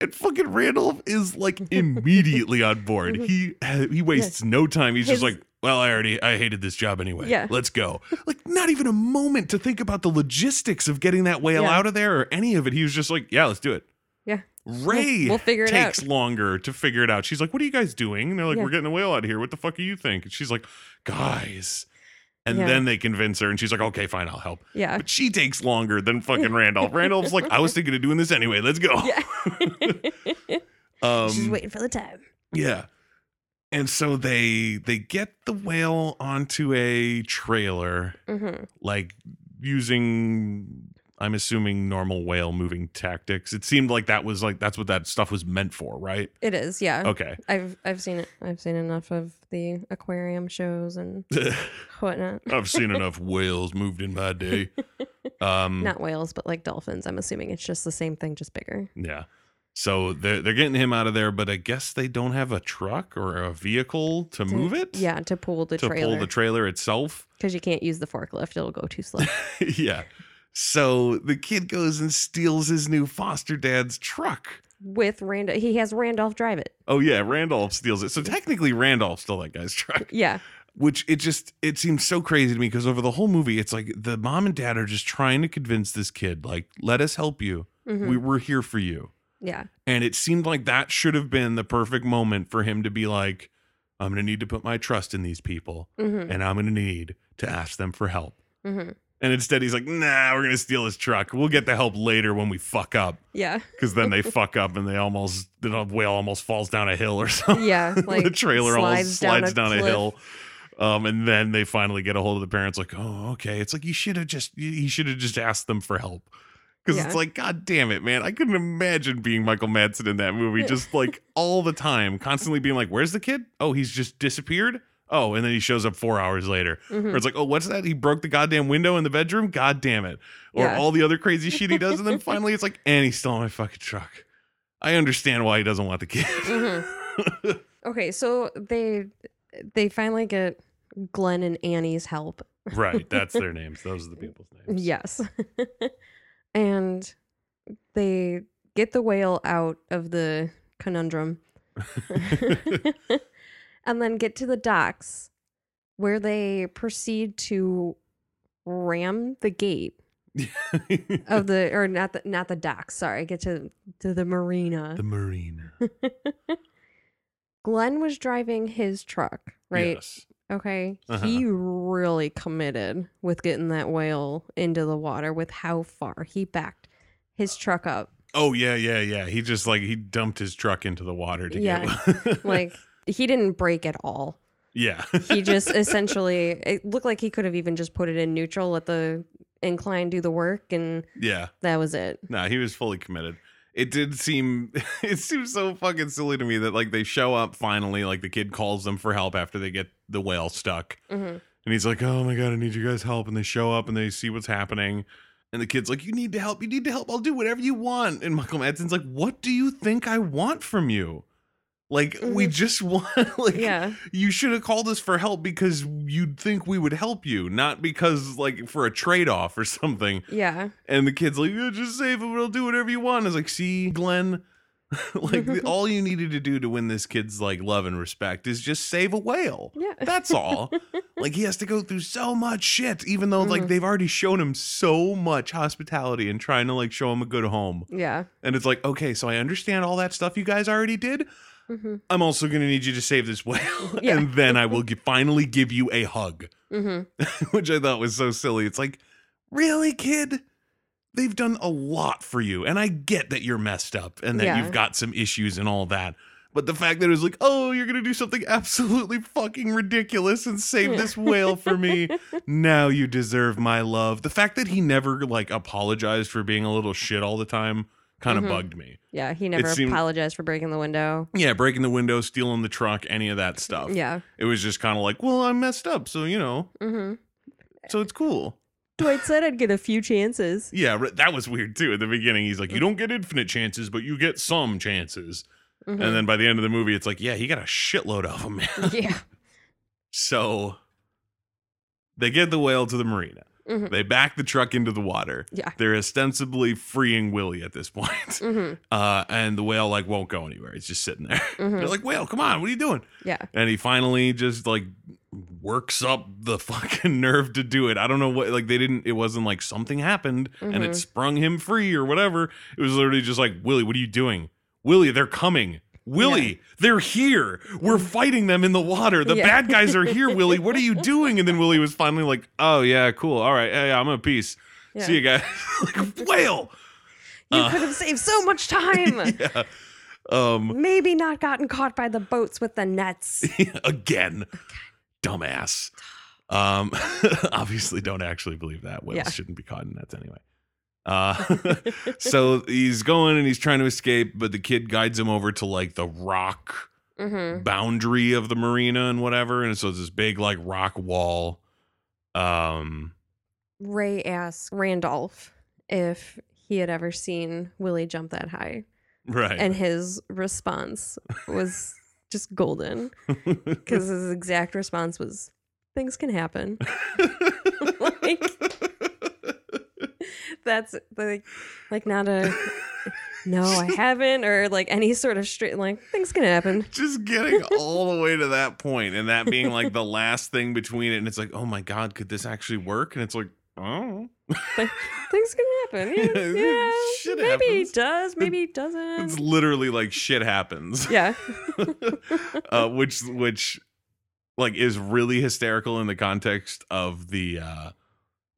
Speaker 1: and fucking randolph is like immediately on board he he wastes no time he's
Speaker 2: Mm-hmm. His-
Speaker 1: just like well i already i hated this job anyway
Speaker 2: Yeah.
Speaker 1: let's go like not even a moment to think about the logistics of getting that whale
Speaker 2: Yeah.
Speaker 1: out of there or any of it. He was just like, "Yeah, let's do it."
Speaker 2: Yeah.
Speaker 1: Ray
Speaker 2: We'll- we'll figure it
Speaker 1: takes
Speaker 2: out.
Speaker 1: longer to figure it out. She's like, "What are you guys doing?" And they're like,
Speaker 2: Yeah.
Speaker 1: "We're getting the whale out of here. What the fuck do you think?" And she's like, "Guys." And
Speaker 2: Yeah.
Speaker 1: then they convince her, and she's like, "Okay, fine, I'll help."
Speaker 2: Yeah.
Speaker 1: But she takes longer than fucking Randolph. Randolph's like, "I was thinking of doing this anyway. Let's go."
Speaker 2: Yeah.
Speaker 1: Um,
Speaker 2: She's waiting for the time.
Speaker 1: yeah. And so they they get the whale onto a trailer
Speaker 2: hmm
Speaker 1: like using I'm assuming normal whale moving tactics. It seemed like that was like that's what that stuff was meant for, right?
Speaker 2: It is, yeah.
Speaker 1: Okay.
Speaker 2: I've I've seen it. I've seen enough of the aquarium shows and whatnot.
Speaker 1: I've seen enough whales moved in my day. Um
Speaker 2: Not whales, but like dolphins. I'm assuming it's just the same thing, just bigger.
Speaker 1: yeah. So they're they're getting him out of there, but I guess they don't have a truck or a vehicle to move it.
Speaker 2: Yeah, to pull the
Speaker 1: To
Speaker 2: trailer
Speaker 1: pull the trailer itself.
Speaker 2: because you can't use the forklift; it'll go too slow.
Speaker 1: yeah. So the kid goes and steals his new foster dad's truck.
Speaker 2: With Randolph, he has Randolph drive it.
Speaker 1: Oh yeah, Randolph steals it. So technically Randolph stole that guy's truck.
Speaker 2: Yeah,
Speaker 1: which it just it seems so crazy to me because over the whole movie it's like the mom and dad are just trying to convince this kid like let us help you
Speaker 2: Mhm.
Speaker 1: we, we're here for you
Speaker 2: yeah,
Speaker 1: and it seemed like that should have been the perfect moment for him to be like i'm gonna need to put my trust in these people
Speaker 2: hmm
Speaker 1: and i'm gonna need to ask them for help
Speaker 2: hmm
Speaker 1: and instead he's like nah we're gonna steal his truck we'll get the help later when we fuck up
Speaker 2: yeah,
Speaker 1: because then they fuck up and they almost the whale almost falls down a hill or something
Speaker 2: yeah. Like
Speaker 1: the trailer almost slides down, a,
Speaker 2: cliff.
Speaker 1: hill. Um, and then they finally get a hold of the parents, like, oh, okay. It's like you should have just you you should have just asked them for help. Because
Speaker 2: Yeah.
Speaker 1: it's like, God damn it, man. I couldn't imagine being Michael Madsen in that movie, just like all the time, constantly being like, Where's the kid? Oh, he's just disappeared. Oh, and then he shows up four hours later. Or
Speaker 2: Mhm.
Speaker 1: it's like, oh, what's that? He broke the goddamn window in the bedroom? God damn it. Or
Speaker 2: Yeah.
Speaker 1: all the other crazy shit he does. And then finally it's like, and he stole my fucking truck. I understand why he doesn't want the kid.
Speaker 2: Mm-hmm. Okay, so they they finally get Glenn and Annie's help.
Speaker 1: Right. That's their names. Those are the people's names.
Speaker 2: Yes, and they get the whale out of the conundrum, and then get to the docks, where they proceed to ram the gate of the or not the not the docks. Sorry, get to to the marina.
Speaker 1: the Marine.
Speaker 2: Glenn was driving his truck, right?
Speaker 1: Yes.
Speaker 2: Okay.
Speaker 1: Uh-huh.
Speaker 2: He really committed with getting that whale into the water with how far he backed his truck up.
Speaker 1: Oh yeah, yeah, yeah. He just like he dumped his truck into the water to
Speaker 2: Yeah.
Speaker 1: get
Speaker 2: Like he didn't break at all.
Speaker 1: Yeah.
Speaker 2: He just essentially it looked like he could have even just put it in neutral, let the incline do the work and
Speaker 1: yeah.
Speaker 2: that was it.
Speaker 1: No, he was fully committed. It did seem it seems so fucking silly to me that like they show up finally, like the kid calls them for help after they get the whale stuck.
Speaker 2: Mhm.
Speaker 1: And he's like, Oh my god, I need you guys' help. And they show up and they see what's happening. And the kid's like, You need to help, you need to help, I'll do whatever you want. And Michael Madsen's like, What do you think I want from you? Like, we just want like
Speaker 2: Yeah.
Speaker 1: you should have called us for help because you'd think we would help you, not because like for a trade-off or something.
Speaker 2: Yeah.
Speaker 1: And the kid's like, yeah, just save him, we'll do whatever you want. I was like, see, Glenn, like the- all you needed to do to win this kid's like love and respect is just save a whale.
Speaker 2: Yeah.
Speaker 1: That's all. like he has to go through so much shit, even though like
Speaker 2: Mhm.
Speaker 1: they've already shown him so much hospitality and trying to like show him a good home.
Speaker 2: Yeah.
Speaker 1: And it's like, okay, so I understand all that stuff you guys already did.
Speaker 2: hmm
Speaker 1: I'm also going to need you to save this whale.
Speaker 2: Yeah.
Speaker 1: and then I will gi- finally give you a hug,
Speaker 2: hmm
Speaker 1: which I thought was so silly. It's like, really, kid? They've done a lot for you. And I get that you're messed up and that
Speaker 2: Yeah.
Speaker 1: you've got some issues and all that. But the fact that it was like, oh, you're going to do something absolutely fucking ridiculous and save
Speaker 2: Yeah.
Speaker 1: this whale for me. now you deserve my love. The fact that he never like apologized for being a little shit all the time kind of
Speaker 2: Mhm.
Speaker 1: bugged me.
Speaker 2: Yeah, he never
Speaker 1: seemed-
Speaker 2: apologized for breaking the window.
Speaker 1: Yeah, breaking the window, stealing the truck, any of that stuff.
Speaker 2: Yeah.
Speaker 1: It was just kind of like, well, I messed up. So, you know,
Speaker 2: hmm
Speaker 1: so it's cool.
Speaker 2: Dwight said I'd get a few chances.
Speaker 1: Yeah, ri- that was weird too. At the beginning, he's like, you don't get infinite chances, but you get some chances.
Speaker 2: Mhm.
Speaker 1: And then by the end of the movie, it's like, yeah, he got a shitload of them, man.
Speaker 2: yeah.
Speaker 1: So they get the whale to the marina.
Speaker 2: Mhm.
Speaker 1: They back the truck into the water.
Speaker 2: Yeah.
Speaker 1: They're ostensibly freeing Willie at this point.
Speaker 2: hmm
Speaker 1: Uh, and the whale like won't go anywhere. It's just sitting there.
Speaker 2: hmm
Speaker 1: They're like, whale, come on, what are you doing?
Speaker 2: yeah.
Speaker 1: and he finally just like works up the fucking nerve to do it. I don't know what like they didn't it wasn't like something happened and it
Speaker 2: Mhm.
Speaker 1: sprung him free or whatever. It was literally just like, "Willie, what are you doing? Willie, they're coming. Willie, they're here. We're fighting them in the water. The
Speaker 2: Mm-hmm. Yeah.
Speaker 1: bad guys are here, Willie. What are you doing?" And then Willie was finally like, "Oh yeah, cool. All right. Hey, I'm a peace.
Speaker 2: yeah.
Speaker 1: See you guys." like, whale.
Speaker 2: You
Speaker 1: Uh,
Speaker 2: could have saved so much time.
Speaker 1: yeah. Um
Speaker 2: Maybe not gotten caught by the boats with the nets.
Speaker 1: again. Dumbass. Um, obviously, don't actually believe that. Whales
Speaker 2: Yeah.
Speaker 1: shouldn't be caught in nets anyway. Uh, so he's going and he's trying to escape, but the kid guides him over to like the rock
Speaker 2: hmm
Speaker 1: boundary of the marina and whatever. And so it's this big like rock wall. Um,
Speaker 2: Ray asked Randolph if he had ever seen Willie jump that high.
Speaker 1: right.
Speaker 2: And his response was just golden because his exact response was things can happen. That's like, like not a no, I haven't, or like any sort of straight, like things can happen.
Speaker 1: just getting all the way to that point and that being like the last thing between it and it's like oh my god could this actually work and it's like oh
Speaker 2: Things can happen. Yeah, yeah.
Speaker 1: Shit
Speaker 2: maybe
Speaker 1: happens.
Speaker 2: it does, maybe it
Speaker 1: it's
Speaker 2: doesn't.
Speaker 1: literally like shit happens
Speaker 2: Yeah.
Speaker 1: uh, which which like is really hysterical in the context of the uh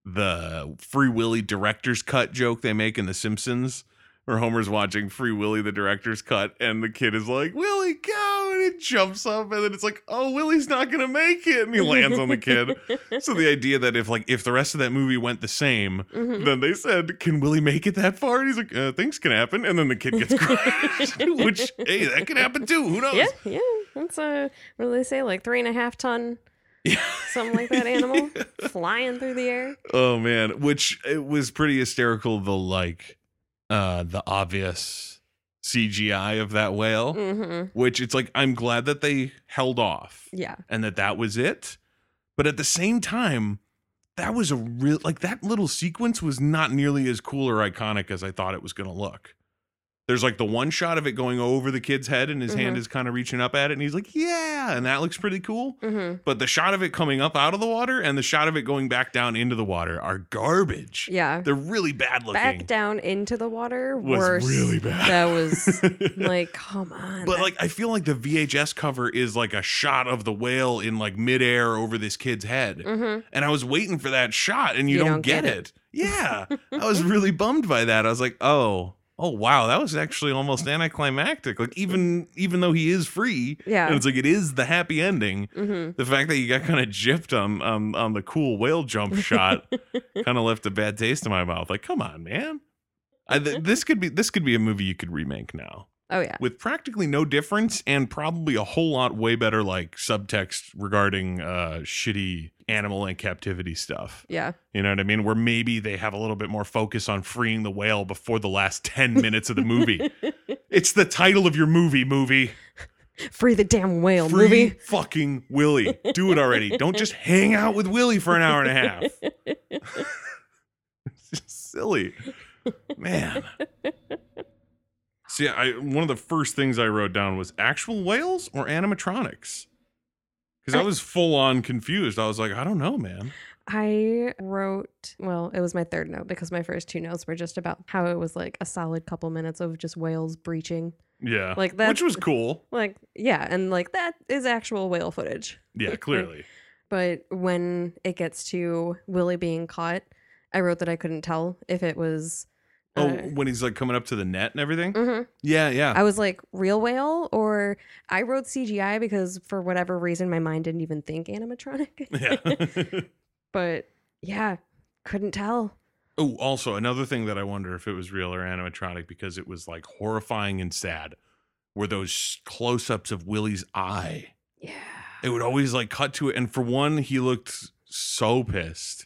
Speaker 1: the free willy director's cut joke they make in the simpsons where homer's watching free willy the director's cut and the kid is like willie go and it jumps up and then it's like oh willie's not gonna make it and he lands on the kid so the idea that if like if the rest of that movie went the same
Speaker 2: Mhm.
Speaker 1: Mm-hmm. then they said, "Can Willie make it that far?" And he's like, uh, "Things can happen." And then the kid gets crushed, which hey, that can happen too. Who knows?
Speaker 2: Yeah, yeah. That's a what do they say? Like three and a half ton,
Speaker 1: Yeah.
Speaker 2: something like that animal flying through the air.
Speaker 1: Oh man, which it was pretty hysterical. The like, uh, the obvious CGI of that whale,
Speaker 2: hmm
Speaker 1: which it's like I'm glad that they held off
Speaker 2: Yeah.
Speaker 1: and that that was it. But at the same time, that was a real like that little sequence was not nearly as cool or iconic as I thought it was going to look. There's like the one shot of it going over the kid's head and his hand
Speaker 2: Mm-hmm.
Speaker 1: is kind of reaching up at it and he's like, "Yeah," and that looks pretty cool.
Speaker 2: hmm
Speaker 1: But the shot of it coming up out of the water and the shot of it going back down into the water are garbage.
Speaker 2: Yeah.
Speaker 1: They're really bad looking.
Speaker 2: Back down into the water.
Speaker 1: was
Speaker 2: worse.
Speaker 1: really bad.
Speaker 2: That was like, come on.
Speaker 1: But
Speaker 2: that-
Speaker 1: like I feel like the VHS cover is like a shot of the whale in like midair over this kid's head.
Speaker 2: Mhm.
Speaker 1: and I was waiting for that shot, and you, don't, get, it. Yeah, I was really bummed by that. I was like, oh, oh wow, that was actually almost anticlimactic. Like even even though he is free, and
Speaker 2: yeah.
Speaker 1: it's like it is the happy ending.
Speaker 2: hmm
Speaker 1: The fact that you got kind of gypped on on on the cool whale jump shot kind of left a bad taste in my mouth. Like, come on, man. I, th- this could be this could be a movie you could remake now
Speaker 2: Oh yeah.
Speaker 1: with practically no difference and probably a whole lot way better like subtext regarding uh shitty animal and captivity stuff.
Speaker 2: Yeah.
Speaker 1: You know what I mean? Where maybe they have a little bit more focus on freeing the whale before the last 10 minutes of the movie. it's the title of your movie, movie.
Speaker 2: Free the damn whale
Speaker 1: Free
Speaker 2: movie.
Speaker 1: fucking Willie. Do it already. Don't just hang out with Willie for an hour and a half. it's just silly. Man. See, I one of the first things I wrote down was actual whales or animatronics. Because I was full on confused. I was like, I don't know, man.
Speaker 2: I wrote, well, it was my third note because my first two notes were just about how it was like a solid couple minutes of just whales breaching.
Speaker 1: Yeah.
Speaker 2: Like that
Speaker 1: Uh, Which was cool.
Speaker 2: like yeah, and like that is actual whale footage.
Speaker 1: Yeah, clearly.
Speaker 2: But when it gets to Willie being caught, I wrote that I couldn't tell if it was
Speaker 1: Oh,
Speaker 2: uh,
Speaker 1: when he's like coming up to the net and everything?
Speaker 2: mhm.
Speaker 1: Yeah, yeah.
Speaker 2: I was like real whale or I wrote CGI because for whatever reason my mind didn't even think animatronic.
Speaker 1: yeah.
Speaker 2: but yeah, couldn't tell.
Speaker 1: oh, also another thing that I wonder if it was real or animatronic because it was like horrifying and sad were those close-ups of Willie's eye.
Speaker 2: Yeah.
Speaker 1: It would always like cut to it and for one he looked so pissed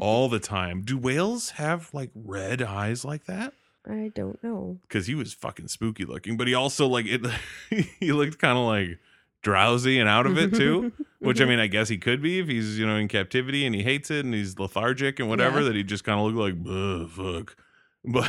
Speaker 1: all the time. Do whales have like red eyes like that?
Speaker 2: I don't know.
Speaker 1: because he was fucking spooky looking, but he also like it. he looked kind of like drowsy and out of it too. Which I mean, I guess he could be if he's you know in captivity and he hates it and he's lethargic and whatever.
Speaker 2: Yeah.
Speaker 1: That he just kind of looked like "Ugh, fuck. But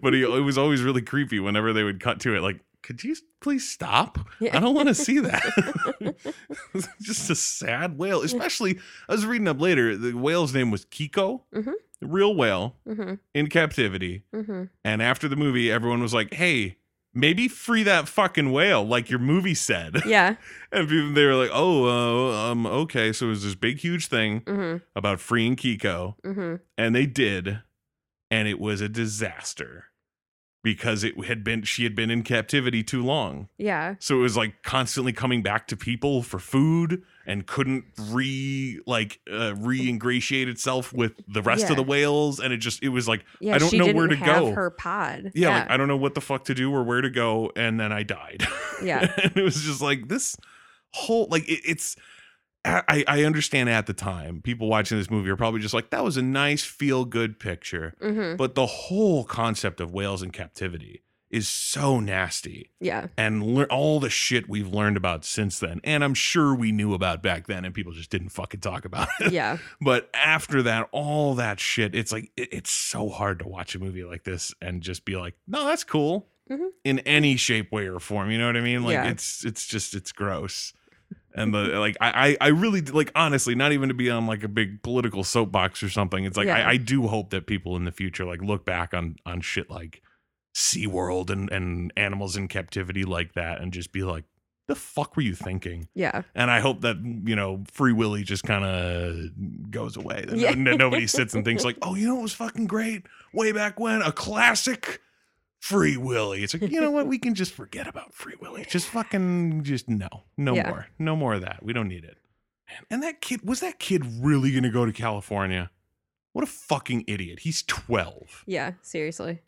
Speaker 1: but he it was always really creepy whenever they would cut to it. Like, could you please stop? I don't want to see that. It's just a sad whale. Especially, I was reading up later. The whale's name was Kiko,
Speaker 2: Mhm.
Speaker 1: real whale
Speaker 2: Mm-hmm,
Speaker 1: in captivity.
Speaker 2: mm-hmm.
Speaker 1: And after the movie, everyone was like, hey, maybe free that fucking whale like your movie said.
Speaker 2: Yeah.
Speaker 1: And people, they were like, oh, uh, um, okay. So it was this big, huge thing
Speaker 2: Mm-hmm,
Speaker 1: about freeing Kiko.
Speaker 2: mm-hmm.
Speaker 1: And they did. And it was a disaster because it had been, she had been in captivity too long.
Speaker 2: Yeah.
Speaker 1: So it was like constantly coming back to people for food and couldn't re like uh, re ingratiate itself with the rest
Speaker 2: Yeah.
Speaker 1: of the whales and it just it was like
Speaker 2: Yeah.
Speaker 1: I don't
Speaker 2: she
Speaker 1: know
Speaker 2: didn't
Speaker 1: where to
Speaker 2: have
Speaker 1: go.
Speaker 2: Her pod.
Speaker 1: yeah, Like, I don't know what the fuck to do or where to go, and then I died.
Speaker 2: Yeah.
Speaker 1: and it was just like this whole like it, it's. I, I understand at the time people watching this movie are probably just like that was a nice feel good picture,
Speaker 2: mm-hmm.
Speaker 1: but the whole concept of whales in captivity is so nasty,
Speaker 2: Yeah.
Speaker 1: and lear- all the shit we've learned about since then, and I'm sure we knew about back then, and people just didn't fucking talk about it.
Speaker 2: Yeah.
Speaker 1: But after that, all that shit, it's like it- it's so hard to watch a movie like this and just be like, no, that's cool
Speaker 2: Mhm.
Speaker 1: in any shape, way, or form. You know what I mean? Like
Speaker 2: Yeah.
Speaker 1: it's it's just it's gross. And the like I, I I really like honestly, not even to be on like a big political soapbox or something. It's like
Speaker 2: Yeah.
Speaker 1: I, I do hope that people in the future like look back on on shit like SeaWorld and, and animals in captivity like that and just be like, the fuck were you thinking?
Speaker 2: Yeah.
Speaker 1: and I hope that you know Free Willy just kind of goes away. That
Speaker 2: Yeah.
Speaker 1: no- nobody sits and thinks like, "Oh, you know what was fucking great way back when? A classic Free Willy." It's like, you know what? We can just forget about Free Willy. Just fucking, just no, no
Speaker 2: Yeah.
Speaker 1: more, no more of that. We don't need it. Man, And that kid was that kid really gonna go to California? What a fucking idiot! He's twelve.
Speaker 2: Yeah. Seriously.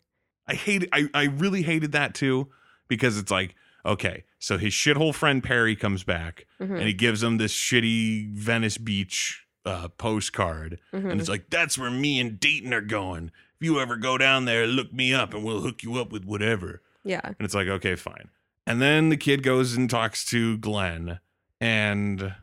Speaker 1: I hate I, I really hated that too because it's like okay so his shithole friend Perry comes back
Speaker 2: Mhm.
Speaker 1: and he gives him this shitty Venice Beach uh, postcard
Speaker 2: Mhm.
Speaker 1: and it's like that's where me and Dayton are going if you ever go down there look me up and we'll hook you up with whatever
Speaker 2: Yeah.
Speaker 1: and it's like okay fine and then the kid goes and talks to Glenn and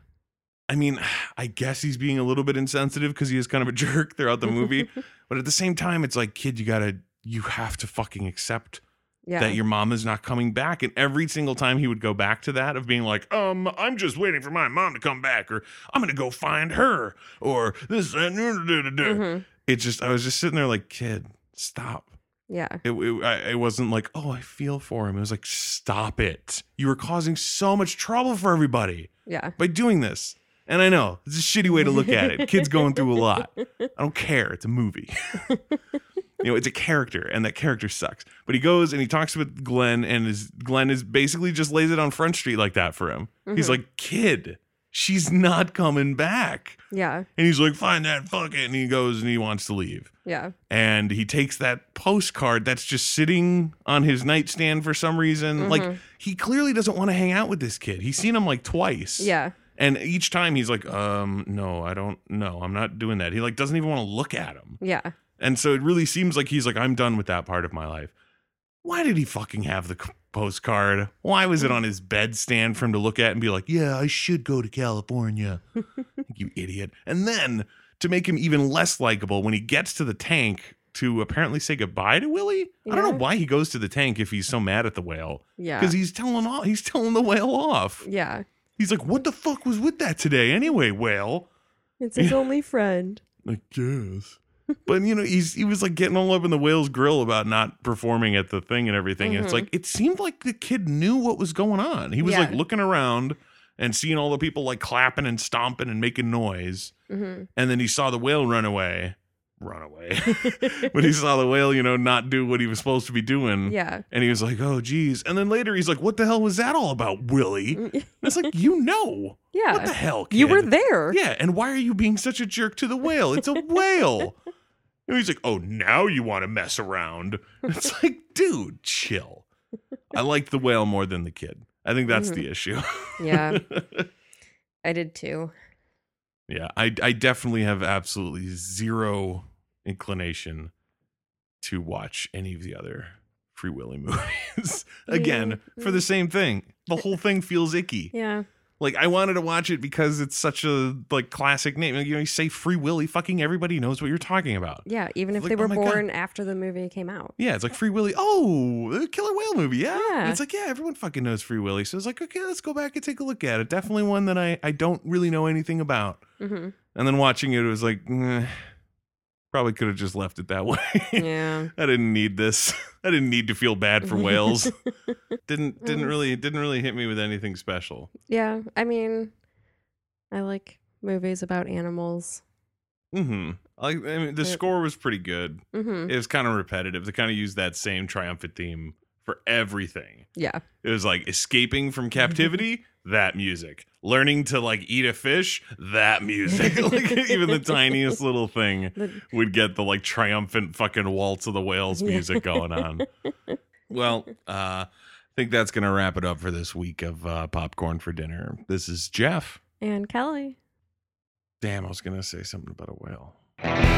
Speaker 1: I mean I guess he's being a little bit insensitive because he is kind of a jerk throughout the movie but at the same time, it's like, kid, you gotta, you have to fucking accept
Speaker 2: yeah.
Speaker 1: that your mom is not coming back. And every single time he would go back to that of being like, um, I'm just waiting for my mom to come back, or I'm gonna go find her, or this. that, da, da, da, da."
Speaker 2: Mhm.
Speaker 1: It just, I was just sitting there like, kid, stop.
Speaker 2: Yeah.
Speaker 1: It, it, I, it wasn't like, oh, I feel for him. It was like, stop it. You were causing so much trouble for everybody
Speaker 2: Yeah.
Speaker 1: by doing this. And I know it's a shitty way to look at it. Kids going through a lot. I don't care. It's a movie. you know, it's a character, and that character sucks. But he goes and he talks with Glenn, and is Glenn is basically just lays it on Front Street like that for him. He's
Speaker 2: Mhm.
Speaker 1: like, kid, she's not coming back.
Speaker 2: Yeah.
Speaker 1: And he's like, find that, fuck it. And he goes and he wants to leave.
Speaker 2: Yeah.
Speaker 1: And he takes that postcard that's just sitting on his nightstand for some reason. Like,
Speaker 2: Mhm.
Speaker 1: he clearly doesn't want to hang out with this kid. He's seen him like twice.
Speaker 2: Yeah.
Speaker 1: And each time he's like, um, no, I don't no, I'm not doing that. He like doesn't even want to look at him.
Speaker 2: Yeah.
Speaker 1: And so it really seems like he's like, I'm done with that part of my life. Why did he fucking have the c- postcard? Why was it on his bedstand for him to look at and be like, yeah, I should go to California? you idiot. And then to make him even less likable, when he gets to the tank to apparently say goodbye to Willie, I don't
Speaker 2: Yeah.
Speaker 1: know why he goes to the tank if he's so mad at the whale.
Speaker 2: Yeah.
Speaker 1: Because he's telling all he's telling the whale off.
Speaker 2: Yeah.
Speaker 1: He's like, what the fuck was with that today anyway, whale?
Speaker 2: It's his only friend.
Speaker 1: I guess. But you know, he's he was like getting all up in the whale's grill about not performing at the thing and everything. And it's
Speaker 2: Mhm.
Speaker 1: like it seemed like the kid knew what was going on. He was
Speaker 2: Yeah.
Speaker 1: like looking around and seeing all the people like clapping and stomping and making noise.
Speaker 2: hmm
Speaker 1: And then he saw the whale run away. Run away. when he saw the whale, you know, not do what he was supposed to be doing.
Speaker 2: yeah.
Speaker 1: And he was like, oh geez. And then later he's like, What the hell was that all about, Willie? And it's like, you know. What the
Speaker 2: Mm, Yeah.
Speaker 1: hell? Kid?
Speaker 2: You were there.
Speaker 1: Yeah, and why are you being such a jerk to the whale? It's a whale. And he's like, oh, now you want to mess around. It's like, dude, chill. I liked the whale more than the kid. I think that's the issue.
Speaker 2: Yeah. I did too.
Speaker 1: yeah, I, I definitely have absolutely zero inclination to watch any of the other Free Willy movies. Again,
Speaker 2: Yeah.
Speaker 1: for the same thing. The whole thing feels icky.
Speaker 2: Mm-hmm, Yeah.
Speaker 1: Like I wanted to watch it because it's such a like classic name. Like, You know, you say Free Willy, fucking everybody knows what you're talking about.
Speaker 2: Yeah. Even if
Speaker 1: Like,
Speaker 2: they
Speaker 1: oh
Speaker 2: were
Speaker 1: my God.
Speaker 2: born after the movie came out.
Speaker 1: Yeah, it's like Free Willy. Oh, the Killer Whale movie. Yeah.
Speaker 2: Yeah.
Speaker 1: It's like, yeah, everyone fucking knows Free Willy. So it's like, okay, let's go back and take a look at it. Definitely one that I, I don't really know anything about.
Speaker 2: hmm
Speaker 1: And then watching it, it was like, eh, probably could have just left it that way.
Speaker 2: Yeah.
Speaker 1: I didn't need this. I didn't need to feel bad for whales. didn't didn't
Speaker 2: Mm.
Speaker 1: really didn't really hit me with anything special.
Speaker 2: Yeah. I mean, I like movies about animals.
Speaker 1: Mm-hmm. Like I mean, the
Speaker 2: It-
Speaker 1: score was pretty good.
Speaker 2: hmm
Speaker 1: It was kind of repetitive. They kind of used that same triumphant theme for everything.
Speaker 2: Yeah.
Speaker 1: It was like escaping from captivity, that music. Learning to like eat a fish, that music. like even the tiniest little thing
Speaker 2: The-
Speaker 1: would get the like triumphant fucking waltz of the whales
Speaker 2: Yeah.
Speaker 1: music going on. well, uh I think that's going to wrap it up for this week of uh, popcorn for dinner. This is Jeff.
Speaker 2: and Kelly.
Speaker 1: Damn, I was going to say something about a whale.